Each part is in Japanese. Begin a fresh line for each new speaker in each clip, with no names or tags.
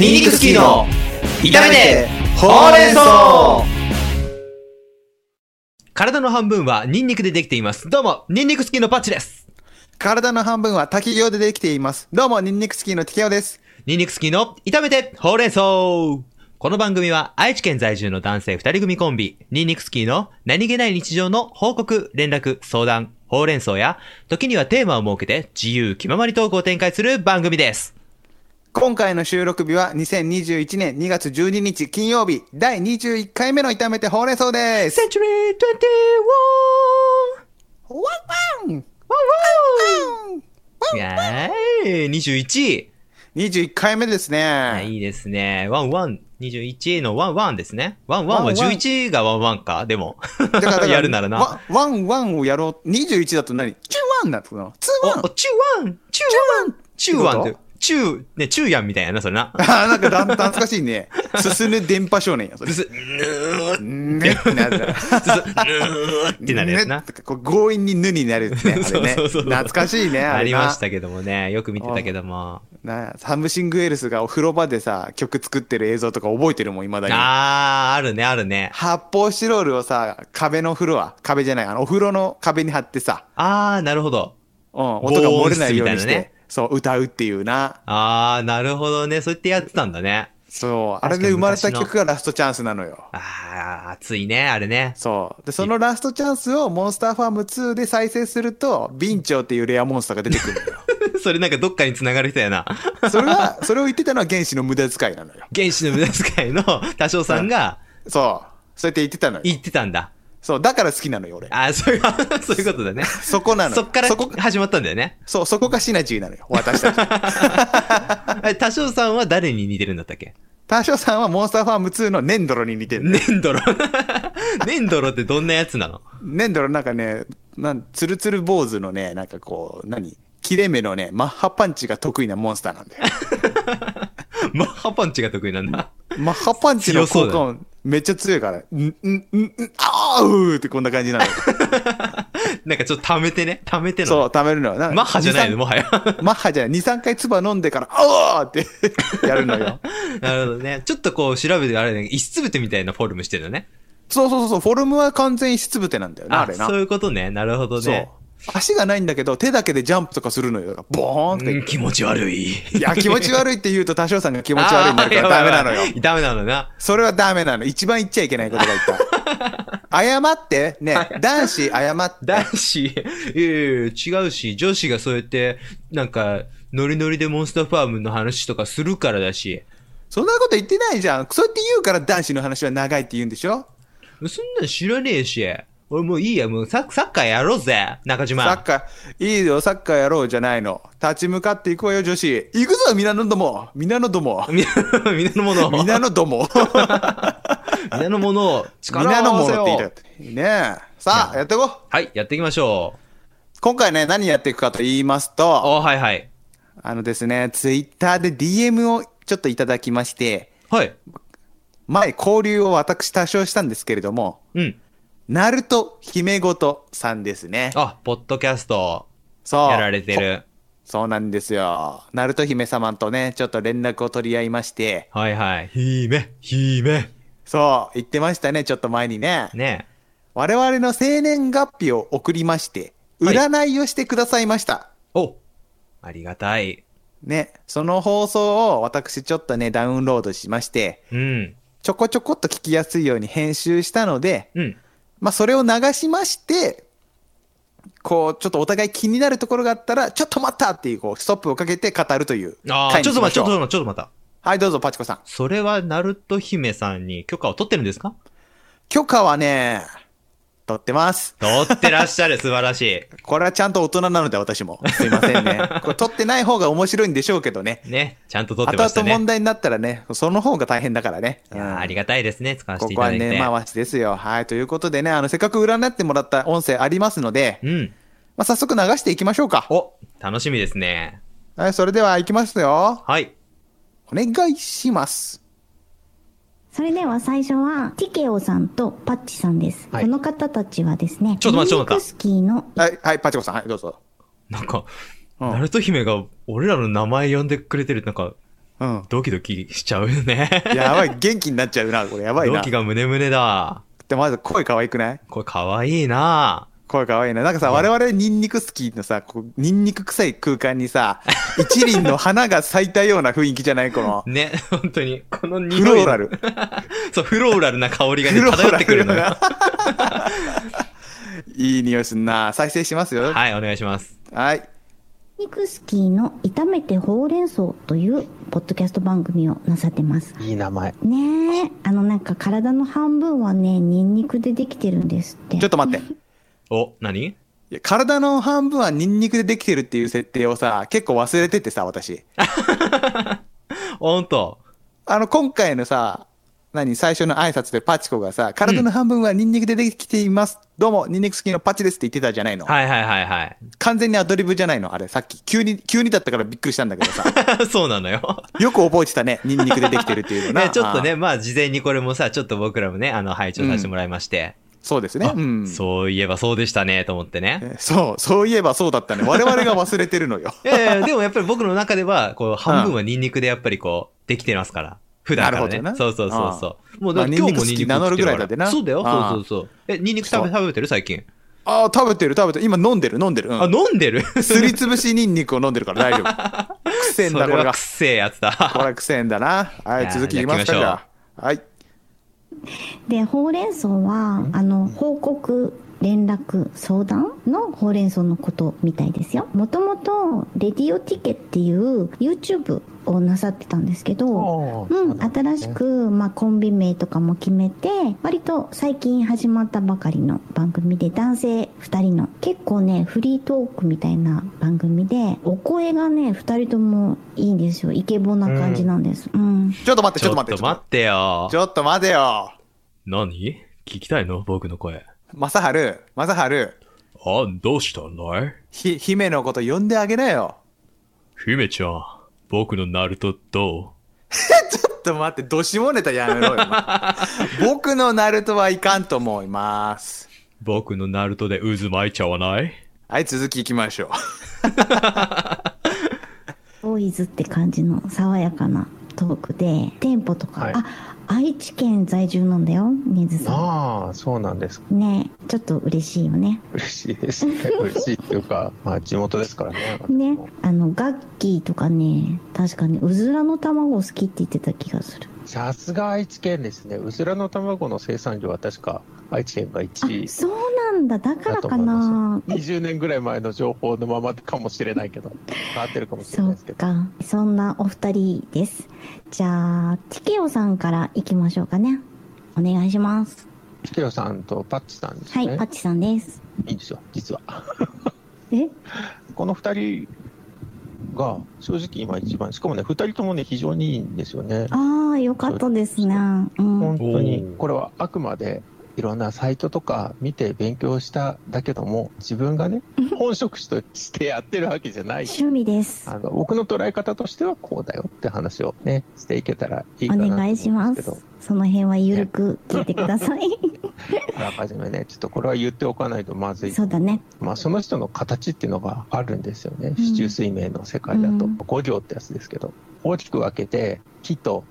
ニンニクスキーの炒めてほうれん草
体の半分はニンニクでできています。どうも、ニンニクスキーのパッチです。
体の半分は滝行でできています。どうも、ニンニクスキーのティケオです。
ニンニクスキーの炒めてほうれん草この番組は愛知県在住の男性二人組コンビ、ニンニクスキーの何気ない日常の報告、連絡、相談、ほうれん草や、時にはテーマを設けて自由気ままにトークを展開する番組です。
今回の収録日は2021年2月12日金曜日第21回目の炒めてほうれん草です。
チュリー
ワンワン
21! やーい、21!
21回目ですね。
あいいですね。ワンワン、21のワンワンですね。ワンワンは
ワンワン
11がワンワンか、でも。
だからだか ら
やるならな。
ワワンワンをやろう。21だと何チュワンだとな。ツーワン
お、おチューワンチ
チ
ュ
ュ
ー
ー
ワ
ワ
ン
ン
チューワンって、チュー、ね、チューやんみたいやな、それな。
あーなんかだん懐かし いね。進む電波少年や、それ
ぐ。す、ぬー っ
ねってなるだろ。
てなるやつな
ね。とかこう強引にぬになるってね。あれね
そうそうそう
懐かしいね。
あ
れ
り
な
ましたけどもね。よく見てたけども。
なサムシングエルスがお風呂場でさ、曲作ってる映像とか覚えてるもん、未だに。
あー、あるね、あるね。
発泡スチロールをさ、壁のフロア、壁じゃない、あの、お風呂の壁に貼ってさ、
あー、なるほど。
うん、音が漏れない
防音室み
ように
たいな
して、
ね
そう、歌うっていうな。
あー、なるほどね。そうやってやってたんだね。
そう、あ
確か
れ
に
で生まれた
昔の
曲がラストチャンスなのよ。
あー、熱いね、あれね。
そう。で、そのラストチャンスをモンスターファーム2で再生すると、ビンチョウっていうレアモンスターが出てくる のよ。
それなんかどっかに繋がる人やな。
それは、それを言ってたのは原始の無駄遣いなのよ。
原始の無駄遣いの多少さんが
そう。そうやって言ってたのよ。
言ってたんだ。
そう、だから好きなのよ、俺。
あー、そういう、そういうことだ ね。
そこなのよ。
そっから
そこ
始まったんだよ ね。
そう、そこがシナジーなのよ、私たち。
え多少さんは誰に似てるんだったっけ
多少さんはモンスターファーム2のネンドロに似てる。
粘土 の粘土のってどんなやつなの
ネンドロなんかね、なん、ツルツル坊主のね、なんかこう、何切れ目のね、マッハパンチが得意なモンスターな んだよ。
マッハパンチが得意なんだ。
マッハパンチの効
強
果
そ
音、めっちゃ強いから、ん、ん、ん、ん、あーうーってこんな感じ なのよ。
なんかちょっと溜めてね。溜めての。
そう、溜めるのよ。な
マッハじゃないの、
2 3
もはや。
マッハじゃない。2、3回唾飲んでから、あーって やるのよ。
なるほどね。ちょっとこう調べて、あれね、石つぶてみたいなフォルムしてるのね。
そうそうそう、フォルムは完全に質ぶてなんだよな、あれな。
そういうことね。なるほどね。
そう。足がないんだけど、手だけでジャンプとかするのよ。だからボーンって。
うん気持ち悪い。
い や、気持ち悪いって言うと、多少さんが気持ち悪いになる
あ
からダ
ー
メ
や
な
ばい
の
やば
よ
い。ダメなのな。
それはダメなの。一番言っちゃいけないことが 言った。謝って、ね、男子謝って。
男子、いやいやいや違うし、女子がそうやって、なんか、ノリノリでモンスターファームの話とかするからだし、
そんなこと言ってないじゃん。そうやって言うから男子の話は長いって言うんでしょ
そんなん知らねえし、俺もういいや、もうサッサッカーやろうぜ、中島。
サッカー、いいよ、サッカーやろうじゃないの。立ち向かっていこうよ、女子。行くぞ、皆のども。皆の ども。
みみんなのものを。みん
皆
な
のども。
のものを力を
皆の
合
も
わせ
のって
よ
言いうたかった。ねえ。さあ、やっていこう。
はい、やっていきましょう。
今回ね、何やっていくかと言いますと、
あはいはい。
あのですね、ツイッターで DM をちょっといただきまして、
はい。
前交流を私多少したんですけれども、
うん。
ナルト姫ごとさんですね。
あ、ポッドキャスト、
そう。
やられてる。
そ。そうなんですよ。ナルト姫様とね、ちょっと連絡を取り合いまして、
はいはい。ひめ、ひめ。
そう、言ってましたね、ちょっと前にね。
ね
我々の生年月日を送りまして、
はい
占いをしてくださいました。
お、ありがたい。
ね、その放送を私ちょっとね、ダウンロードしまして、
うん。
ちょこちょこっと聞きやすいように編集したので、
うん。
まあ、それを流しまして、こう、ちょっとお互い気になるところがあったら、ちょっと待ったっていう、こう、ストップをかけて語るという
あ
回
あ、
に
ちょっと
しま
待って、
し
ち
ょ
ょっ
う
と待って、ちょっと待った。
はい、どうぞ、パチコさん。
それは、ナルト姫さんに許可を取ってるんですか
許可はね、取ってます。
取ってらっ しゃる、素晴らしい。
これはちゃんと大人なので、私も。すいませんね。 これ取ってない方が面白いんでしょうけどね。
ね、ちゃんと取ってま
後
した
々問
ね。
題になったらね、その方が大変だからね。
いやーあり
が
がたいですね、使わせ
こ
てい
こ
た
は
だいて。
根回しですよ。はい、ということでね、あの、せっかく占ってもらった音声ありますので、
うん。
まあ、早速流していきましょうか。
お、楽しみですね。
はい、それでは行きますよ。
はい。
お願いします。
それでは最初は、ティケオさんとパッチさんです。
はい
この方たちはですね、
ちょっと待ってちょっと待
ニ
って
クスキーの、
はい、はい、パチコさん、はい、どうぞ。
なんか、
うん
ナルト姫が俺らの名前呼んでくれてる、なんか、
うん。
ドキドキしちゃうよね。
やばい、元気になっちゃうな、これ。やばい
ド
な。
キが胸胸だ。
で、まず声可愛くない
これかわいいな
声可愛いな。なんかさ、我々ニンニク好きのさ、こうニンニク臭い空間にさ、一輪の花が咲いたような雰囲気じゃないこの。
ね、 本当に。この匂い。
フローラル。
そう、フローラルな香りがね、漂ってくるのよ。
いい匂いすんな。再生しますよ。
はい、お願いします。
はい。
ニクスキーの炒めてほうれん草というポッドキャスト番組をなさってます。
いい名前。
ねえ、あのなんか体の半分はね、ニンニクでできてるんですって。
ちょっと待って。
お、何
いや体の半分はニンニクでできてるっていう設定をさ、結構忘れててさ、私。
おんと。
あの、今回のさ、何、最初の挨拶でパチコがさ、体の半分はニンニクでできています。どうも、ニンニク好きのパチですって言ってたじゃないの。
はいはいはいはい。
完全にアドリブじゃないのあれ、さっき。急に、急にだったからびっくりしたんだけどさ。
そうなのよ。
よく覚えてたね。ニンニクでできてるっていうの な。
ね、ちょっと
あ
ね、
ー。
まあ事前にこれもさ、ちょっと僕らもね、あの、配置をさせてもらいまして。
そうですね
あ。
うん。そう。
そういえばそうでしたね、と思ってね。
そう、いえばそうだったね。我々が忘れてる のよ。
いやいやでもやっぱり僕の中では、こう、半分はニンニクでやっぱりこう、できてますから。普段から
なる
ね
ほど。な
そうそうそうそう。もうだって今日もニンニク食ってるか
まあニンニク好き名乗るぐらいだってな
そうだよ、
ああ
そうそうそう。え、ニンニク食べ、食べてる最近。
ああ、食べてる食べてる。今飲んでる飲んでる。うん
あ、飲んでる
すりつぶしニンニクを飲んでるから大丈夫。くせえ ん
そ
だ、
れ
これ
は
が
く。せえやつ
こ
だ。
れはくせえんだな。はい
やー
い、続きいきますか、
じ
じ
ゃあ
ゃあ。はい。
で、ほうれん草は、あの、報告、連絡、相談のほうれん草のことみたいですよ。もともと、レディオティケっていう YouTube をなさってたんですけど、うん、新しく、まあ、コンビ名とかも決めて、割と最近始まったばかりの番組で、男性2人の、結構ね、フリートークみたいな番組で、お声がね、2人ともいいんですよ。イケボな感じなんです。うん
ちょっと待って、
ち
ちょ
ょっ
っと待って。
と待ってよ
ち。ょっと待てよ。
何聞きたいの僕の声。
まさはる、まさはる、
あ、どうしたんだい
ひ、姫のこと呼んであげなよ。
姫ちゃん、僕のナルトど
ちょっと待って、どしもネタやめろよ。お前 僕のナルトはいかんと思います。
う僕のナルトで渦巻いちゃわない
はい、続きいきましょう。
ボーイズって感じの爽やかなトークで、テンポとか、
はい
あ、愛知県在住なんだよ、ねずさ
ああ、そうなんです。
ん。ねちょっと嬉しいよね。
嬉しいで すね。嬉しいっていうか、まあ地元ですからね。
ね、あの、ガッキーとかね、確かにうずらの卵好きって言ってた気がする。
さすが愛知県ですね。うずらの卵の生産量は確か愛知県が
あ
1、位。
そうなんだ、だから
だと
か
思いま
な。
す20年ぐらい前の情報のままかもしれないけど、変わってるかもしれ
そ
ないで
う
すけど。
か。そんなお二人です。じゃあ、ティケオさんから行きましょうかね。お願いします。
ピケロさんとパッチさんです
は
ね。
い、パッチさんです。
いいんですよ、実は。
え
この2人が正直今一番、しかもね、2人ともね、非常にいいんですよね。
ああ、よかったですね。うん。
本当
お
に
ー
これはあくまでいろんなサイトとか見て勉強しただけども自分がね本職としてやってるわけじゃない
趣味です。
あの僕の捉え方としてはこうだよって話をねしていけたらいいか
お
なと思
願
うん
い
です
しま
け
す
ど。
その辺はゆるく聞いてください。
あらかじめねちょっとこれは言っておかないとまずい
そうだね。
まあ、その人の形っていうのがあるんですよね、
うん
市中水明の世界だと、
うん
五行ってやつですけど大きく分けて木と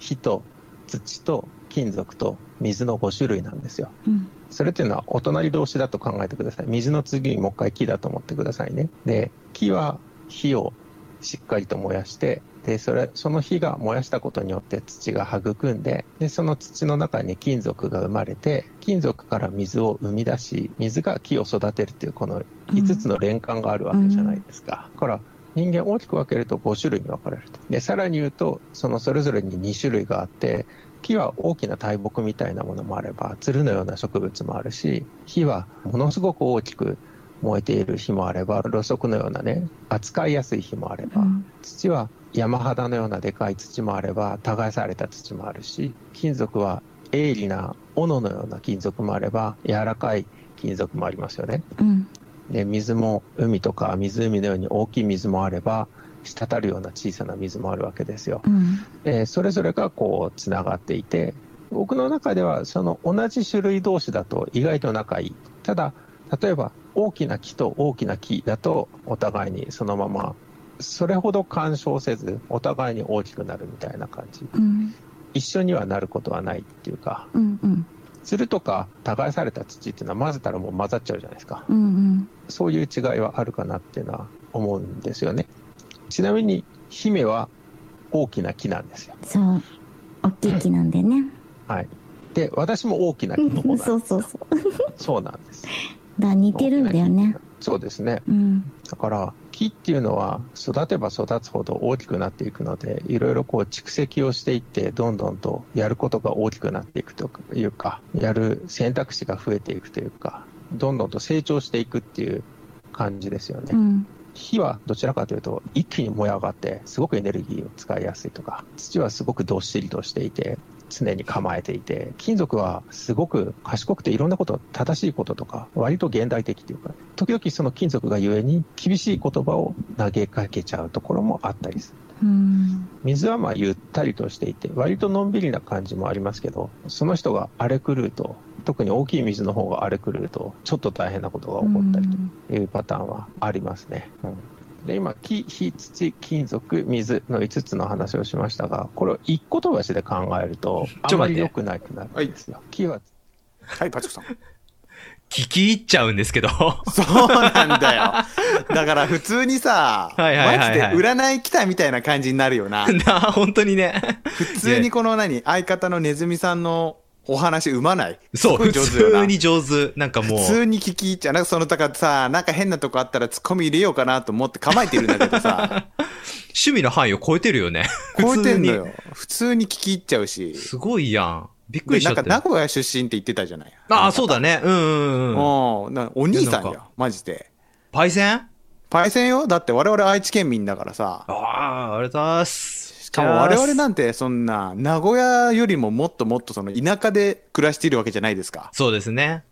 火と土と金属と水の5種類なんですよ
うん。
それっていうのはお隣同士だと考えてください水の次にもう一回木だと思ってくださいねで木は火をしっかりと燃やしてでそれその火が燃やしたことによって土が育んででその土の中に金属が生まれて金属から水を生み出し水が木を育てるっていうこの5つの連環があるわけじゃないですか。だから人間大きく分けると5種類に分かれると。で、さらに言うと、そのそれぞれに2種類があって、木は大きな大木みたいなものもあれば、鶴のような植物もあるし、火はものすごく大きく燃えている火もあれば、ろうそくのようなね、扱いやすい火もあれば、
うん
土は山肌のようなでかい土もあれば耕された土もあるし金属は鋭利な斧のような金属もあれば柔らかい金属もありますよね
うん。
で水も海とか湖のように大きい水もあれば滴るような小さな水もあるわけですよ
うん。
でそれぞれがこうつながっていて僕の中ではその同じ種類同士だと意外と仲いいただ例えば大きな木と大きな木だとお互いにそのままそれほど干渉せず、お互いに大きくなるみたいな感じ。
うん
一緒にはなることはないっていうか、
うんうん
つるとか耕された土っていうのは混ぜたらもう混ざっちゃうじゃないですか。
うんうん
そういう違いはあるかなっていうのは思うんですよね。ちなみに、姫は大きな木なんですよ。
そう大きい木なんでね
はい。で、私も大きな木の
う
方
んそう
なんです。
そうそう
そうなんです。
だ似てるんだよね
そうですね。
うん
だから、木っていうのは育てば育つほど大きくなっていくので、いろいろこう蓄積をしていって、どんどんとやることが大きくなっていくというか、やる選択肢が増えていくというか、どんどんと成長していくっていう感じですよね。
うん
火はどちらかというと一気に燃え上がってすごくエネルギーを使いやすいとか土はすごくどっしりとしていて常に構えていて金属はすごく賢くていろんなこと正しいこととか割と現代的というか時々その金属がゆえに厳しい言葉を投げかけちゃうところもあったりする
うん
水はまあゆったりとしていて割とのんびりな感じもありますけどその人が荒れ狂うと特に大きい水の方が荒れ狂うとちょっと大変なことが起こったりとかいうパターンはありますね。で今木、火、土、金属、水の5つの話をしましたが、これを一個飛ばしで考えると、あ
ちょ
ま
待っ
り
て
良くなくなるんですよ。木は、
はい、パチコさん。
聞き入っちゃうんですけど。
そうなんだよ。だから普通にさ、
はいはいはいはい
マジで占い来たみたいな感じになるよ な。
なあ、本当にね。
普通にこの何、相方のネズミさんのお話生まない。
そう、
すご
普
い上手よな
通に上手。なんかもう。
普通に聞き入っちゃう。なんかその、だからさ、なんか変なとこあったらツッコミ入れようかなと思って構えてるんだけどさ、
趣味の範囲を超えてるよね。
超えてんのよ
普通。
普通に聞き入っちゃうし
に。。すごいやん。びっく
で
りしち
な
ゃ
ん
った
か
よ。
名古屋出身って言ってたじゃない。
ああ、そうだね。うんうんうん。
うん。なお兄さん
いやなん
よ、マジで。
パイセンあ
パイセンよだって我々愛知県民だからさ。
あ、ありがとうございます。
しかも我々なんんてそんな名古屋よりももっともっとその田舎で暮らしているわけじゃないですか
そうですね。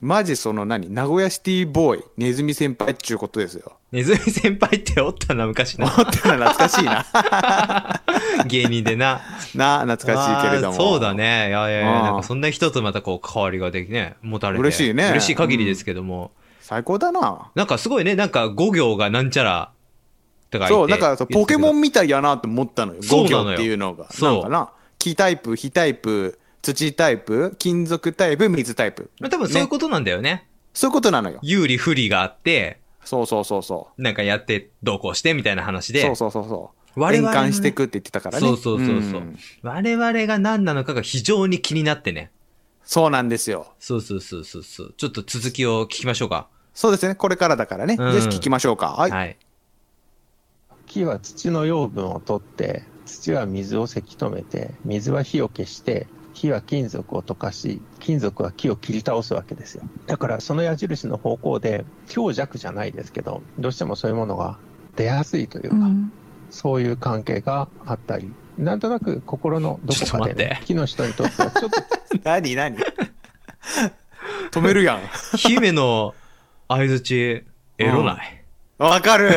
マジその何名古屋シティボーイネズミ先輩っちゅうことです よ
ネズミ先輩っておったな、昔な。
思ったら懐かしいな
芸人でな。
な懐かしいけれども
あーそうだね。いやいやいや、
うん
なんかそんな人とまたこう、関わりができね、持たれて。
嬉しいね
嬉しい限りですけども。
最高だな
なんかすごいね、なんか5行がなんちゃら、とか言って
そうだからさポケモ
ン。
ンみたいやなと思ったのよ
そう
5
なのよ
行っていうのが
そう
なんかな木タイプ火タイプ土タイプ金属タイプ水タイプ
まあ多分そういう
ね
ことなんだよね。
そういうことなのよ
有利不利があって、
そうそうそうそう
なんかやって、どうこうしてみたいな話で。
そうそうそうそう
我
変
々のね
換してくって言ってたからね
そうそうそうそう、
ん
我々が何なのかが非常に気になってね。
そうなんですよ
そうそうそうそうそう。ちょっと続きを聞きましょうか。
そうですね、これからだからね。
うん
よし、聞きましょうか。はい。
はい。
木は土の養分を取って、土は水をせき止めて、水は火を消して、火は金属を溶かし、金属は木を切り倒すわけですよ。だからその矢印の方向で、強弱じゃないですけど、どうしてもそういうものが出やすいという
う
か、
ん
そういう関係があったり、なんとなく心のどこ
ち
かで、
ょっと待っ
ね
て、
木の人にとってはちょっと
何、何 止めるやん。
姫の相づち、エロない。
わか る。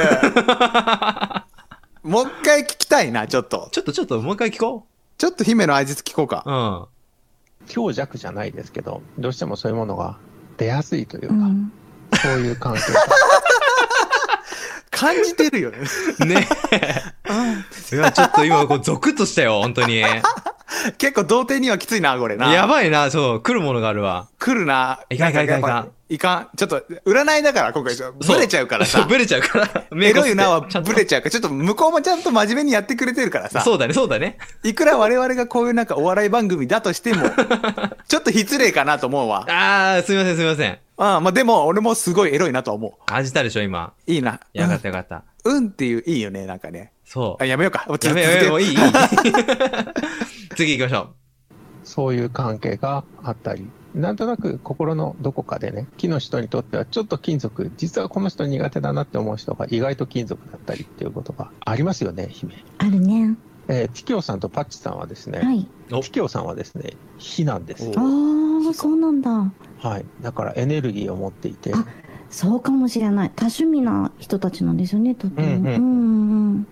もう一回聞きたいな、ちょっと。
ちょっとちょっともう一回聞こ
ちょっと姫の挨拶聞こうか
う。。うん。
強弱じゃないですけど、どうしてもそういうものが出やすいという
う
か、
ん
そういう関係
感じてるよね。
ね え。いや、ちょっと今、こう、ゾクッとしたよ、本当に。や
結構童貞にはきついな、これな。
ばいな、そう、来るものがあるわ。
来るな。
いかんいかんいかんいかん
やっぱいかん。ちょっと、占いだから、今回、
そう
ブレちゃうから
そう
さ。
ブレちゃうから。
エロいなは
ちゃんと
ブレちゃうから、ちょっと向こうもちゃんと真面目にやってくれてるからさ。
そうだね、そうだね。
いくら我々がこういうなんかお笑い番組だとして も、ちょっと失礼かなと思うわ。
あー、すみません、すみません。
ああ、まあでも、俺もすごいエロいなとは思
感じたでしょ、今。
う。いいな。
やがてよかった。
うん、うんっていう、いいよね、なんかね。
そう
あ、。やめようか。もう
やめようやめよう、いい、いい。 次行きましょ
そういう関係があったり、なんとなく心のどこかでね、木の人にとってはちょっと金属、実はこの人苦手だなって思う人が意外と金属だったりっていうことがありますよね、姫。
あるね
えー、ティキオさんとパッチさんはですね、
はい
ティキオさんはですね、火なんですよ
お
あーそうなんだ
はい。だからエネルギーを持っていて、
あそうかもしれない多趣味な人たちなんですよねとっても
うんうん
うん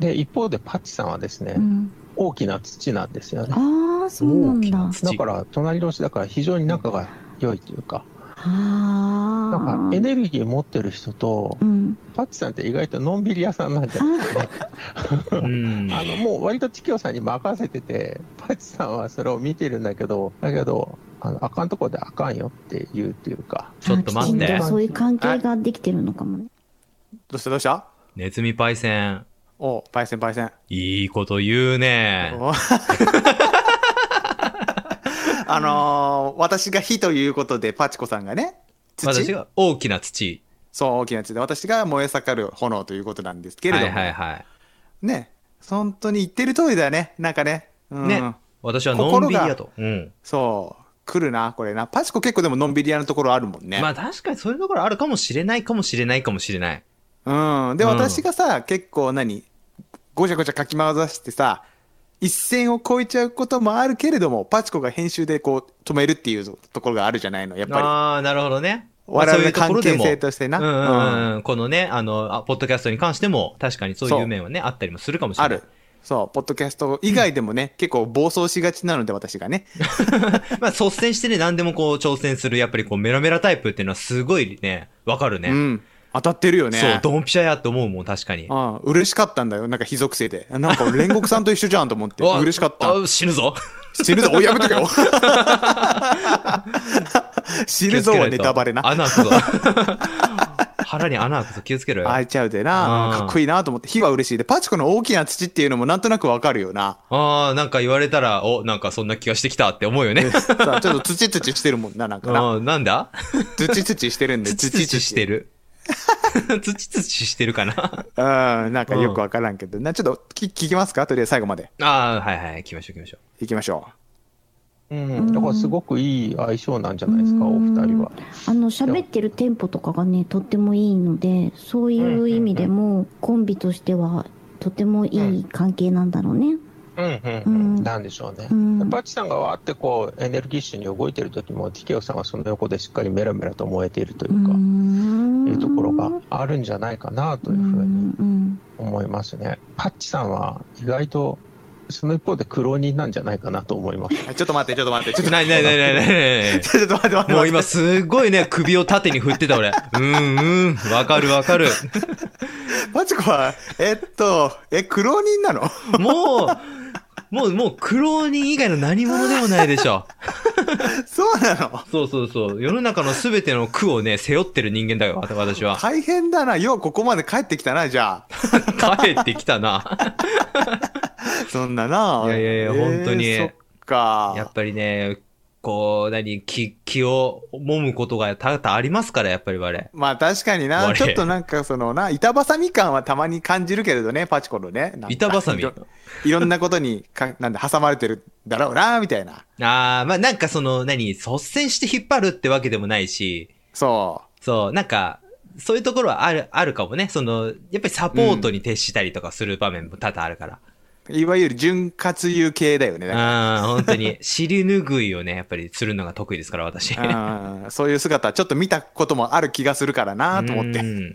で、一方でパッチさんはですね、
うんうん
大きな土なんですよね。
ああそうな
大
んだ
きな土
だから、隣同士だから非常に仲が良いというか、
あ
なん
あ
かエ
あ。
ネルギー持ってる人と、
うん。
パッチさんって意外とのんびり屋さんなんじゃないですかね。
うん。
あのもう割とチキオさんに任せてて、パチさんはそれを見てるんだけど、だけど、あのあかんとこであかんよって言うっていうか、
ちょっと待っ
あきちん
て
と。そういう関係ができてるのかもね。
どうしたどうした
ネズミパイセン。
おう、パイセンパイセン。
いいこと言うね。
お あのー私が火ということで、パチコさんがね、土
私が大きな土。
そう、大きな土で、私が燃え盛る炎ということなんですけれ
は
ども、
いはいは
ね、本当に言ってる通りだよね、なんかね。う
い。
ん、
ね。私はのんびりやと。うん。
そう、来るな、これな。パチコ結構でものんびり屋のところあるもんね。
まあ確かにそういうところあるかもしれないかもしれないかもしれない。
うん。で、
うん
私がさ、結構何、ごちゃごちゃかき回してさ、一線を越えちゃうこともあるけれども、パチコが編集でこう止めるっていうところがあるじゃないの、やっぱ
ああ、なるほどね。
我々の関係性
まあそういう
としてな
ころでもうんうんうん。このね、あの、あポッドキャストに関しても、確かにそうい
そうう
面はね、あったりもするかもし
り。
れ
あ
ない。
る。。そう、ポッドキャスト以外でもね、結構暴走しがちなので、私がね。
まあ率先してね、何でもこう挑戦する、やっぱりこうメラメラタイプっていうのはすごいね、わかるね。
うん。当たってるよね。
そう、ドンピシャやって思うもん、確かに。
ああ嬉しかったんだよ。なんか非属性で。なんか煉獄さんと一緒じゃんと 思って。
うわ
嬉しかった。
あ死ぬぞ。
死ぬぞ、おいやめと けよ。死ぬぞはネタバレな。
穴開くぞ。 腹に穴開くぞ、気をつけろよ。
開いちゃうでな、
うん
かっこいいなと思って、火は嬉しいで、パチコの大きな土っていうのもなんとなくわかるよな。
ああ、なんか言われたら、お、なんかそんな気がしてきたって思うよね。
さあちょっと土土してるもんな、なんか な。
うん、なんだ
土土してるんで、
土土して。る。土 土してるかな
うん、なんかよくわからんけど、なちょっと聞聞きますかとりあえず最後まで。
ああ、はいはい、行きましょう行きましょう。
行きましょ
うん、だからすごくいい相性なんじゃないですか、お二人は。
あの喋ってるテンポとかがねとってもいいのでそういう意味でもコンビとしてはとてもいい関係なんだろうね。
うん
う
うんんうん、なんでしょうね
う。ん、
パッチさんがわーってこうエネルギッシュに動いてる時も、ティケオさんはその横でしっかりメラメラと燃えているというか、いうところがあるんじゃないかなというふうに思いますね。パッチさんは意外と、その一方で苦労人なんじゃないかなと思います。
う。ちょっと待って、ちょっと待って、ち
ちょ
ょっ
っ
と
と、なになになになになになに
ちょっと待って、待って。
もう今すごいね、首を縦に振ってた俺。うんうん、わかるわかる。
パチコは、えっと、え、苦労人なの
もう、もう、もう苦労人以外の何者でもないでしょ。
そうなの
そうそうそう。世の中のすべての苦をね、背負ってる人間だよ、わた私は。
大変だな。ようここまで帰ってきたな、じゃあ。
帰ってきたな。
そんなな。
いやいやいや
えー
本当に
そっか。
やっぱりね、こう、何、気、気を揉むことが多々ありますから、やっぱり我。
まあ確かに
我
な、ちょっとなんかそのな、板挟み感はたまに感じるけれどね、パチコのね。なんか
板挟み
いろいろんなことにか、なんだ、挟まれてるだろうな、みたいな。
ああ、まあなんかその、何、率先して引っ張るってわけでもないし、
そ
そう、なんか、そういうところはある、あるかもね。その、やっぱりサポートに徹したりとかする場面も多々あるから。
う。いわゆる潤滑油系だよね。だか
ああ、本当に。尻拭いをね、やっぱりするのが得意ですから、私。
らうんそういう姿、ちょっと見たこともある気がするからな、と思っ
う
て。
ん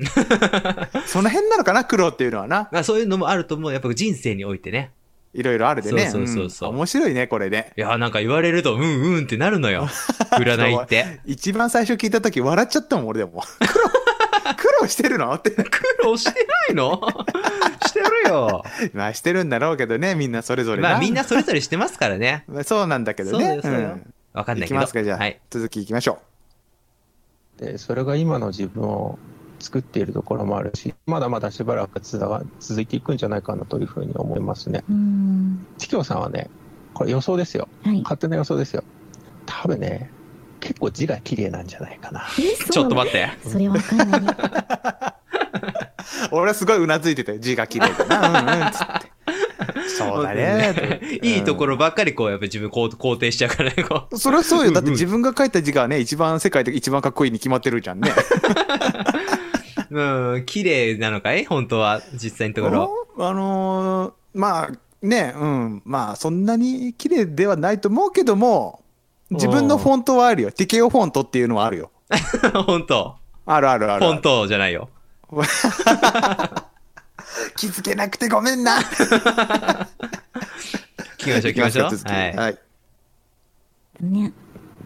その辺なのかな、苦労っていうのはな。
まあそういうのもあると思う。やっぱ人生においてね。
いろいろあるでね。
そうそうそうそうん
面白いね、これね。
いやー、なんか言われると、うんうんってなるの よ。占いって。
一番最初聞いた時笑っちゃったもん、俺でも。 苦労、苦労してるのって。
苦労してないのしてるよ。
まあしてるんだろうけどね、みんなそれぞれ
まあみんなそれぞれしてますからね。
まあそうなんだけど
そうだ
ね
よ、。そうだよ
ん。
わかんない
い
け
き
ど。
ますか、じゃあ。
はい。
続きいきましょ
で、それが今の自分を作っているところもあるし、まだまだしばらくつなが続いていくんじゃないかなというふうに思いますね。
うん
チキオさんはね、これ予想ですよ。
はい、
勝手な予想ですよ。多分ね、結構字が綺麗なんじゃないかな。
ちょっと
っ
待って。
てそれわかんないね。
う。俺はすごいうなずいてたよ。字が綺麗だな。うんうん、つ って。そうだね。
いいところばっかりこう、やっぱり自分こう肯定しちゃうからね、こ
それはそうよ。だって自分が書いた字がね、一番世界で一番かっこいいに決まってるじゃんね。
う。うん、綺麗なのかい本当は、実際のところ。
あのーまあね、うん。まあそんなに綺麗ではないと思うけども、自分のフォントはあるよ。ティケオフォントっていうのはあるよ。
本当。
あるあるあるあ
本
る。
当じゃないよ。
気づけなくてごめんな。
聞きま しょう、聞きましょう。
続き
はい。
はい。
ね。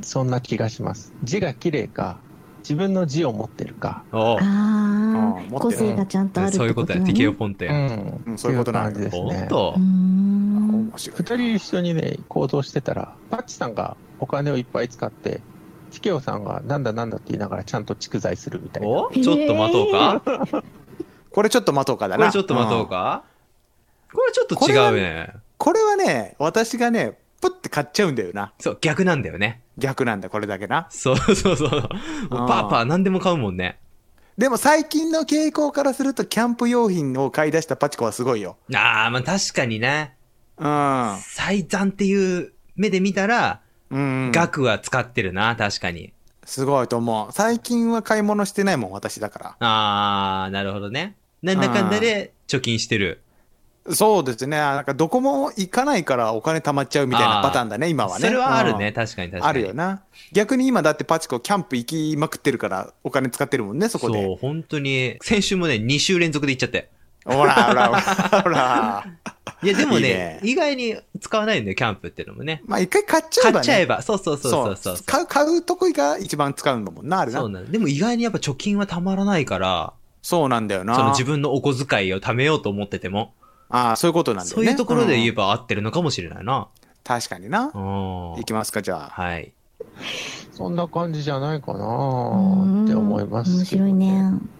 そんな気がします。字が綺麗か、自分の字を持ってるか、
おう
あ
うん持って
あ、
る
個性がちゃんとあるって
そういう
こ
ことと
だ
や、
ね。
TKO ポンって。
ん
うんそういうことなんだ
そういう感じです
ほん
ね。
と
うーん
面白い
2人一緒にね行動してたらパッチさんがお金をいっぱい使ってチケオさんがなんだなんだって言いながらちゃんと蓄財するみたいな
おちょっと待とうか
これちょっと待とうかだ
こ
な
れちょっと待とうんかこれちょっと違うね。
これはね私がねプッて買っちゃうんだよな
そう、逆なんだよね。
逆なんだこれだけな
そう そうそう。もうパーパー何でも買うもんね。
でも最近の傾向からするとキャンプ用品を買い出したパチコはすごいよ
ああ、まあ確かにね。
うん
最短っていう目で見たら、
うん
額は使ってるな、確かに。
すごいと思う最近は買い物してないもん私だか
ああ、なるほどね。なんだかんだで貯金してる。
らそうですねなんかどこも行かないからお金貯まっちゃうみたいなパターンだね今はね
それはある
うん
ね、確かに確かに。
あるよな逆に今だってパチコキャンプ行きまくってるからお金使ってるもんねそこ
そう、
で
本当に、先週もね、2週連続で行っちゃって。
ほらほらほらほら
いや、でもね、
いいね
意外に使わないんだよ、キャンプってのもね。
まあ一回買っちゃえ
買
ば
っ
ね
ちゃえば。そうそうそうそうそうそう。
買う買うとこが一番使うんだもんなあれな
そ
そうう
なんでも意外にやっぱ貯金はたまらないから、
なんだよな
その自分のお小遣いを貯めようと思ってても、
ああそういうことなんだよね
そういうところで言え
ん
ば合ってるのかもしれないな。
確かにな
うん。
行きますかじゃあ
はい。
そんな感じじゃないかな
うーん
って思います
面
けど
白いね。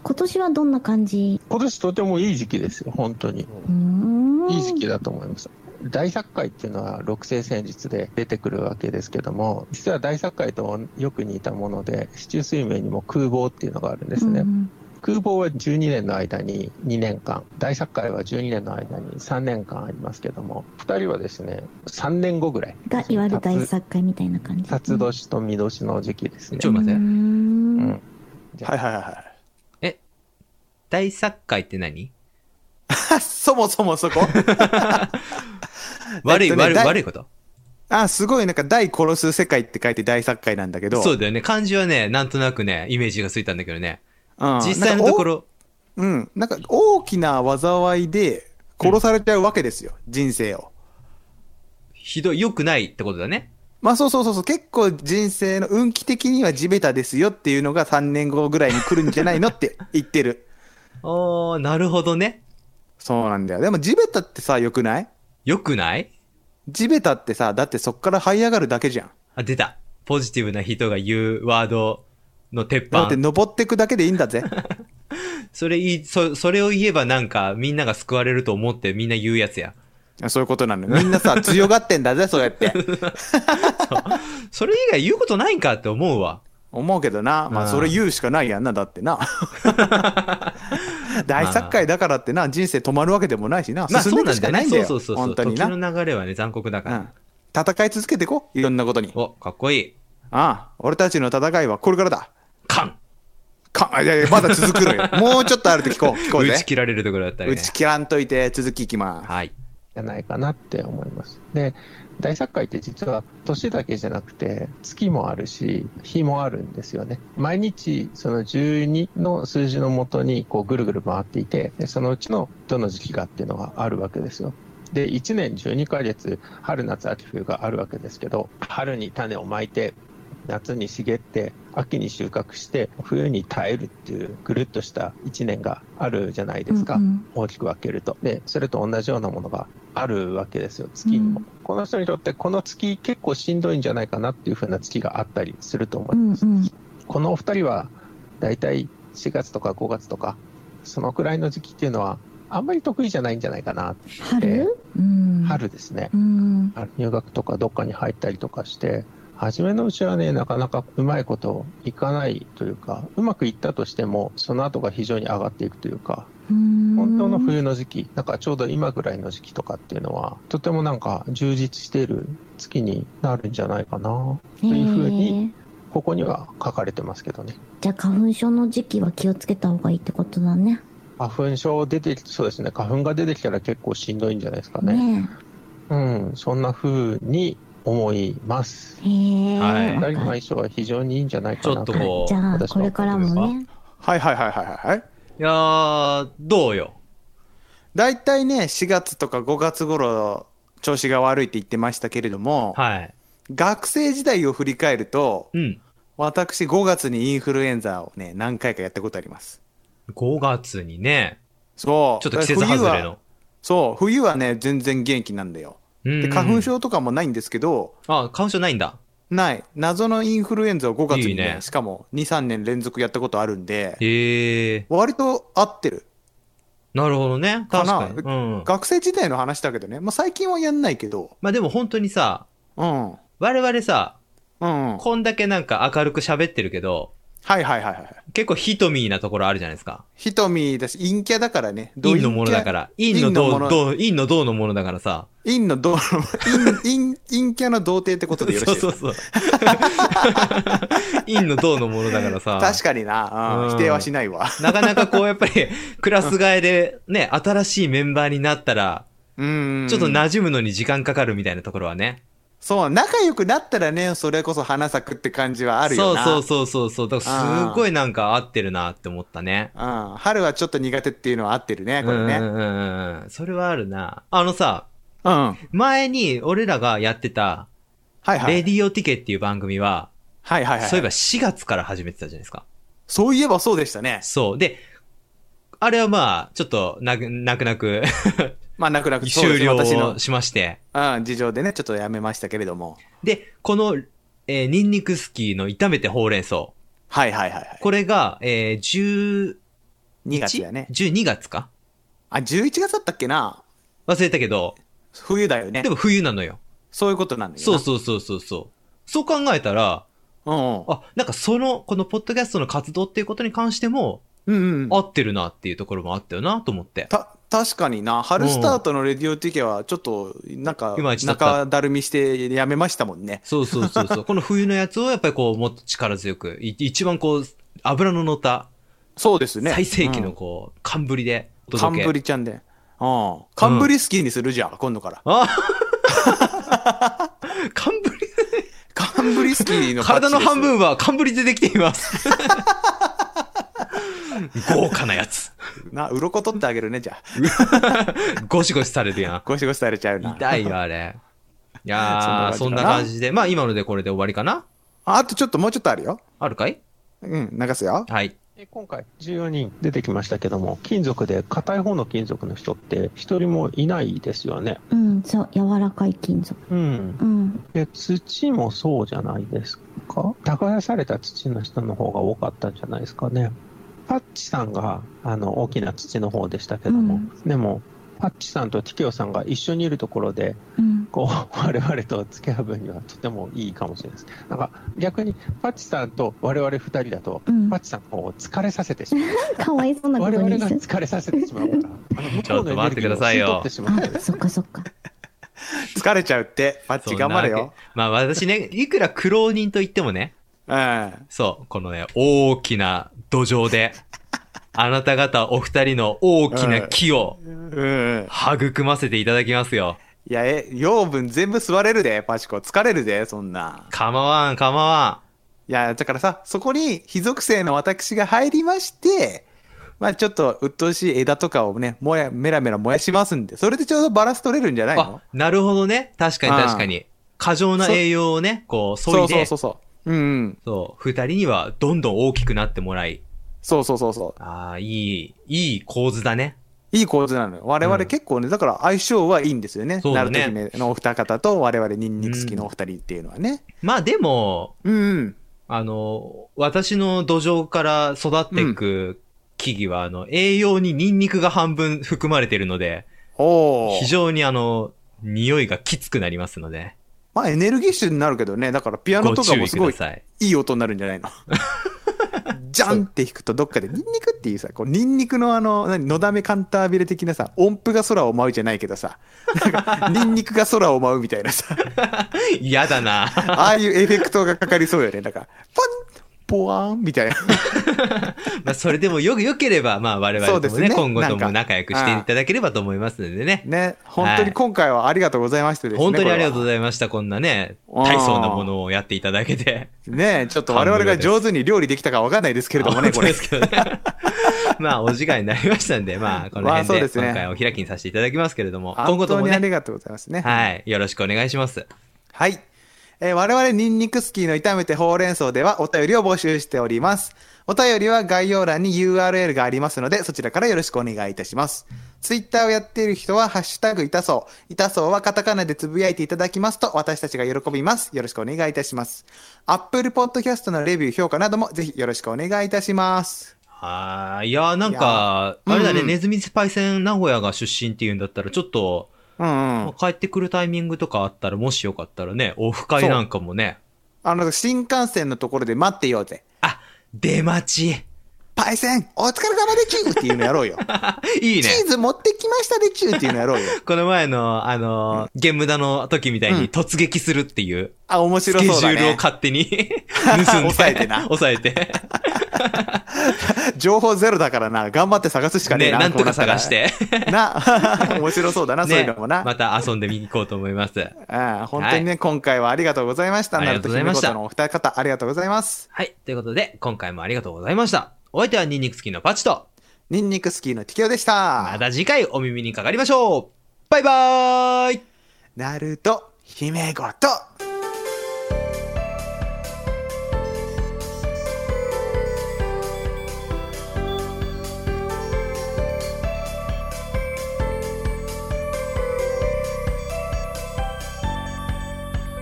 今年はどんな感じ
今年とてもいい時期ですよ本当に
うーん。
いい時期だと思います大作界っていうのは六星戦術で出てくるわけですけども実は大作界とよく似たもので市中水面にも空房っていうのがあるんですね、
うん
空房は12年の間に2年間、大作会は12年の間に3年間ありますけども、2人はですね、3年後ぐらい。
がいわゆる大作家みたいな感じ。
辰年と巳年の時期ですね
ち。ょっと待って
うー
うんん
はいはいはいはい
大作界って何
あ そもそもそこ
悪い、
えっとね
悪い、
大
悪いこと
あすごいなんか「大殺す世界」って書いて大作界なんだけど
そうだよね。漢字はね、なんとなくね、イメージがついたんだけどね。
うん
実際のところ、
うん、なんか大きな災いで殺されちゃうわけですよ、人生を。
ひどい、良くないってことだね。
まあそうそうそうそう、結構人生の運気的には地べたですよっていうのが3年後ぐらいに来るんじゃないの って言ってる。
ああ、なるほどね。
そうなんだよ。でも地べたってさ、良くない
良くない
地べたってさ、だってそっから這い上がるだけじゃん。
あ、出た。ポジティブな人が言うワードの鉄
だって
板。
登ってくだけでいいん だぜ。
それいい、そ、それを言えばなんかみんなが救われると思ってみんな言うやつや。
そういうことなのよ。みんなさ、強がってんだぜ、そうやって。
それ以外言うことないんかって思うわ。
思うけどな、
う
まあ
ん
それ言うしかないやんな、だっ てな。大作界だからってな、人生止まるわけでもないしな、
まあ
進
そ
んで
う
いく
な
し
ん
か
だよね。
ないんだ
そう
よ、
そうそうそう。
本当に
時
な、
の流れはね、残酷だか
う
ら。
ん。戦い続けていこう、いろんなことに。あ
お、かっこいい。
あ、俺たちの戦いはこれからだ。
カン
かいやいや、まだ続く のよ。もうちょっとあると聞こう、聞こうぜ。
打
打
ち
ち
切られるところだったりね。
切らんといて、続きいきま
はい。
じゃないかなって思います。で、大作会って実は年だけじゃなくて月もあるし日もあるんですよね。毎日その12の数字のもとにこうぐるぐる回っていて、でそのうちのどの時期がっていうのがあるわけですよ。で、1年12ヶ月、春夏秋冬があるわけですけど、春に種をまいて、夏に茂って、秋に収穫して、冬に耐えるっていうぐるっとした1年があるじゃないですか。
うん
大きく分けると。で、それと同じようなものがあるわけですよ、月にも。
うん
この人にとって、この月結構しんどいんじゃないかなっていう風な月があったりすると思
う
い
ん
ま
う
す。
ん
このお二人は、だいたい4月とか5月とか、そのくらいの時期っていうのは、あんまり得意じゃないんじゃないかな。えー
春うん。
春ですね。
うん。
あ入学とかどっかに入ったりとかして、初めのうちはね、なかなかうまいこといかないというか、うまくいったとしても、その後が非常に上がっていくというか、
本
本当の冬の時期、なんかちょうど今ぐらいの時期とかっていうのは、とてもなんか充実している月になるんじゃないかな。
と
いう風にここには書かれてますけどね。
じゃあ花粉症の時期は気をつけた方がいいってことだね。
花粉症出てきそうですね。花粉が出てきたら結構しんどいんじゃないですかね。
ね
うん、そんな風に思います。
え。へえ。
はい
二人の
わか
相性は非常にいいんじゃないかな
ちょっと
る
こう
じゃあ
私の
これからもね。
す。はいはいはいはいはい。
いやー、どうよ。
だいたいね、4月とか5月頃、調子が悪いって言ってましたけれども、
はい。
学生時代を振り返ると、
うん。
私5月にインフルエンザをね、何回かやったことあります。
5月にね、
そう。
ちょっと季節外れ
冬は
の。
そう、冬はね、全然元気なんだよ。
うんう
で、
ん
花粉。症とかもないんですけど、
あ、花粉症ないんだ。
ない。謎のインフルエンザを5月にね、
いいね
しかも2、3年連続やったことあるんで、
へえ。
割と合ってる。
なるほどね。
か
確
な
かに。うん。
学生時代の話だけどね、まあ、最近はやんないけど、
まあでも本当にさ、
うん。うん、
我々さ、
うん。はい
こんだけなんか明るく喋ってるけど、
はいはいはい。
結構ヒトミーなところあるじゃないですか。
瞳だし、陰キャだからね。。
陰のものだからら。陰の
陰の
銅
もの
銅陰の銅のものだからさ。
陰のど、 陰、陰、陰キャの童貞ってことでよろしい
そう
です
そ
か
うそう。 陰の銅のものだからさ。
確かにな、うん
うん
否定はしないわ。
なかなかこうやっぱり、クラス替えでね、新しいメンバーになったら、
うん。
ちょっと馴染むのに時間かかるみたいなところはね。
そう、仲良くなったらね、それこそ花咲くって感じはあるよな。
そう
う。
そうそうそうそう。だからすごいなんか合ってるなって思ったね。
うん、春はちょっと苦手っていうのは合ってるね、これ
うんう
ね。
んうんうん。それはあるな。あのさ、
うん。は
前に俺らがやってた、
いはい。
レディオティケっていう番組は、
はいはいはい。
そういえば、4月から始めてたじゃないですか。
そういえばそうでしたね。
そう。で、あれはまあ、ちょっと、なく、なくなく
まあ、泣く泣く そうで
終
す
了
ね私の
を、しまして。
うん、事情でね、ちょっとやめましたけれども。
で、この、えーニンニクスキーの炒めてほうれん草。
はいはいはいはい。
これが、えー、10
2月だね。
12月か
あ、11月だったっけな
忘れたけど、
冬だよね
で。も冬なのよ。
そういうことなんだよな。
そうそうそうそうそう。そう考えたら、
う。うん
あ、なんかその、このポッドキャストの活動っていうことに関しても、
うん。うんうん。
合ってるなっていうところもあったよなと思って。
た、確かにな、春スタートのレディオティケは、ちょっと、なんか
いまい、ちだった
中だるみしてやめましたもんね。
そうそうそう そう。この冬のやつをやっぱりこう、もっと力強く、い一番こう、油の乗った、
そうですね。
最盛期の
うん
こう、寒ぶりでお届け。
冠ちゃんで。うん。冠スキーにするじゃん、今度から。
あ寒ぶり
冠スキ ーのパッチ
体
です
の半。分は寒ぶりでできています。 豪華なやつ。
な、鱗取ってあげるね、じゃあ。
ゴシゴシされるや。
ゴシゴシされちゃうんな。
痛いよ、あれ。いやー、そ
そ
ん
ん
な
な
感
感じかな
じで。まあ、今のでこれで終わりかな
ああとちょっと、もうちょっとあるよ。
あるかい
うん、流すよ。
はい。
え今回14人出てきましたけども金属で硬い方の金属の人って一人もいないですよね
うん、そう、柔らかい金属。
うん
うん。
で土もそうじゃないですか耕された土の人の方が多かったんじゃないですかねパッチさんがあの大きな土の方でしたけども、でもパッチさんとティキオさんが一緒にいるところで
うん。
こう 我々と付き合う分にはとてもいいかもしれないですなんか逆にパッチさんと我々2人だと
うん
パッチさんを疲れさせてしまう
かわいそうなこ
我
と
々
に
が
する。
疲れさせてしまう から、あの向
ちょっと待ってくださいよ
こうのエネルギーを吸い取ってしまう
あ、そっかそっか。
疲れちゃうって。パッ
そ
チ、
んな
頑張れ
わ
よ
け。。まあ、私ね、 いくら苦労人と言ってもね、
うん。
そう、このね、大きな土壌 で、あなた方お二人の大きな木を
うん。
育ませていただきますよ。
いや、え、養分全部吸われるで、パチコ。疲れるで、そんな。
構わん、構わ
いや、だからさ、そこに非属性の私が入りまして、まあちょっと鬱陶しい枝とかをね、もや、メラメラ燃やしますんで、それでちょうどバランス取れるんじゃない
ん。あ
の、
なるほどね。確かに確かに。過剰な栄養をね、こう、
そ
削いう
そ
で、
うそうそう。うんうん。
そう、二人にはどんどん大きくなってもらい、
そうそうそうそ
ああ、いい、いい構図だね。
う。いい構図なのよ。我
う
々
ん
結構ね、だから相性はいいんですよね。
そうだね
なると姫のお二方と我々ニンニク好きのお二人っていうのはね。
まあでも、
うん、うん。
あの、私の土壌から育っていく木々は、あの、栄養にニンニクが半分含まれているので、
おお
非。常にあの、匂いがきつくなりますので、
まあエネルギッシュになるけどね、だからピアノ
ご
とか
注
も
意
す
く
ご
だ
い
さい。
いい音になるんじ ゃないのじゃんって弾くとどっかでニンニクっていうさ、こうニンニクのあの、何、のだめカンタービレ的なさ、音符が空を舞うじゃないけどさ、なんか ニンニクが空を舞うみたいなさ、
嫌だな。
ああいうエフェクトがかかりそうよね。なんか、ポンポワーンみたいな。
まあ、それでもよく良ければ、まあ、我々と
そ
も
う
ね
ですね
今後と
なん
も
か
仲良くしていただければと思いますのでね。
ね、本当に今回はありがとうございましたですね。
本当にありがとうご
い
ざいました。こんなね、
うん
大層なものをやっていただけて。
ます。ねちょっと我々が上手に料理できたかわかんないですけれども
本
ね、
当
こ
で
れ。
すけどね。 ままあ、お時間になりましたんで、まあ、この
まあそう
辺
で
です
ね
今回お開きにさせていただきますけれども、今
本
後と
当
も
にあ
ね、
りがとうございますね。
はい、よろしくお願いします。
はい。えー我々ニンニクスキーの炒めてほうれん草ではお便りを募集しております。お便りは概要欄に URL がありますので、そちらからよろしくお願いいたします。ツイッターをやっている人は、ハッシュタグ痛そう。痛そうはカタカナでつぶやいていただきますと、私たちが喜びます。よろしくお願いいたします。Apple Podcast のレビュー、評価などもぜひよろしくお願いいたします。
あーいやーなんか、
いや
あ
ー
れだね、
うん
ネズミスパイセン名古屋が出身っていうんだったら、ちょっと、
うん、うん
ま。あ帰ってくるタイミングとかあったら、もしよかったらね、オフ会なんかもね、
あの、新幹線のところで待ってようぜ。
あ、出待ち。
パイセン、お疲れ様でちゅうっていうのやろうよ。
いいね。
チーズ持ってきましたでちゅうっていうのやろうよ。
この前の、あのー、ゲームダの時みたいうに
ん
突撃するっていう、
あ、面
ス
白
ケジ
そうだ
ュールを
ね。
勝手に 盗んで。
抑えてな
抑えて。
情報ゼロだからな、頑張って探すしかねえ
ね、
な。
なんとか探し
こ
て。
うなったら。 な、 面白そうだな、そういう
ね
のも、な。
また遊んでみに行こうと思います。
ああ本当にね、今回はありがとうございました。
あり
な
が
る
と
と
うございました
のお二方、ありがとうございます。
はい。ということで、今回もありがとうございました。お相手はニンニク好きのパチと、
ニンニクスキーのティキオでした。
また次回お耳にかかりましょうバイバーイ
ナルト、姫ごと。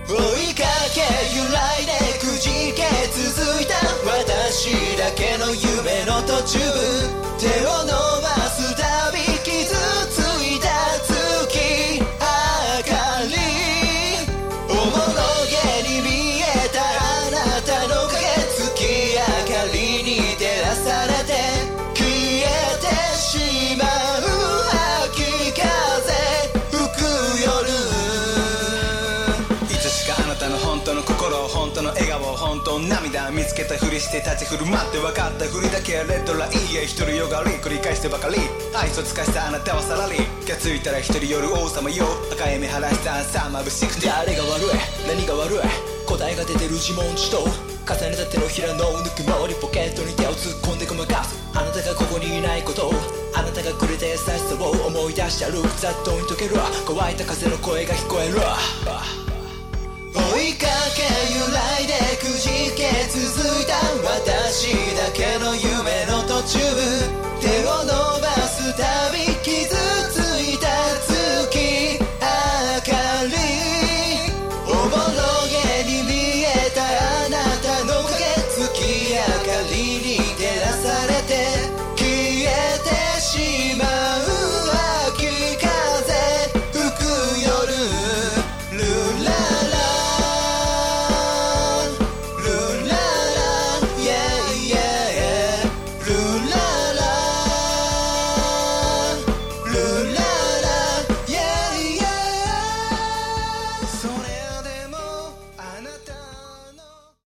追いかけ揺らいでくじけ続いた私だけの夢の途中手を伸ばすたび傷ついた月明かりおもろげに見えたあなたの影月明かりに照らされて消えてしまう秋風吹く夜いつしかあなたの本当の心を本当の笑顔を本当の涙を見つけたふりして立ち振る舞って分かったふりだけやレッドラインへ一人よがり繰り返してばかり愛想尽かしたあなたはさらり気づいたら一人夜王様よ赤い目晴らした朝眩しくて誰が悪い何が悪い答えが出てる自問自答重ねた手のひらのぬくもりポケットに手を突っ込んでごまかすあなたがここにいないことをあなたがくれた優しさを思い出して歩く雑踏に溶ける乾いた風の声が聞こえる追いかけ揺らいでくじけ続いた私だけの夢の途中手を伸ばすたび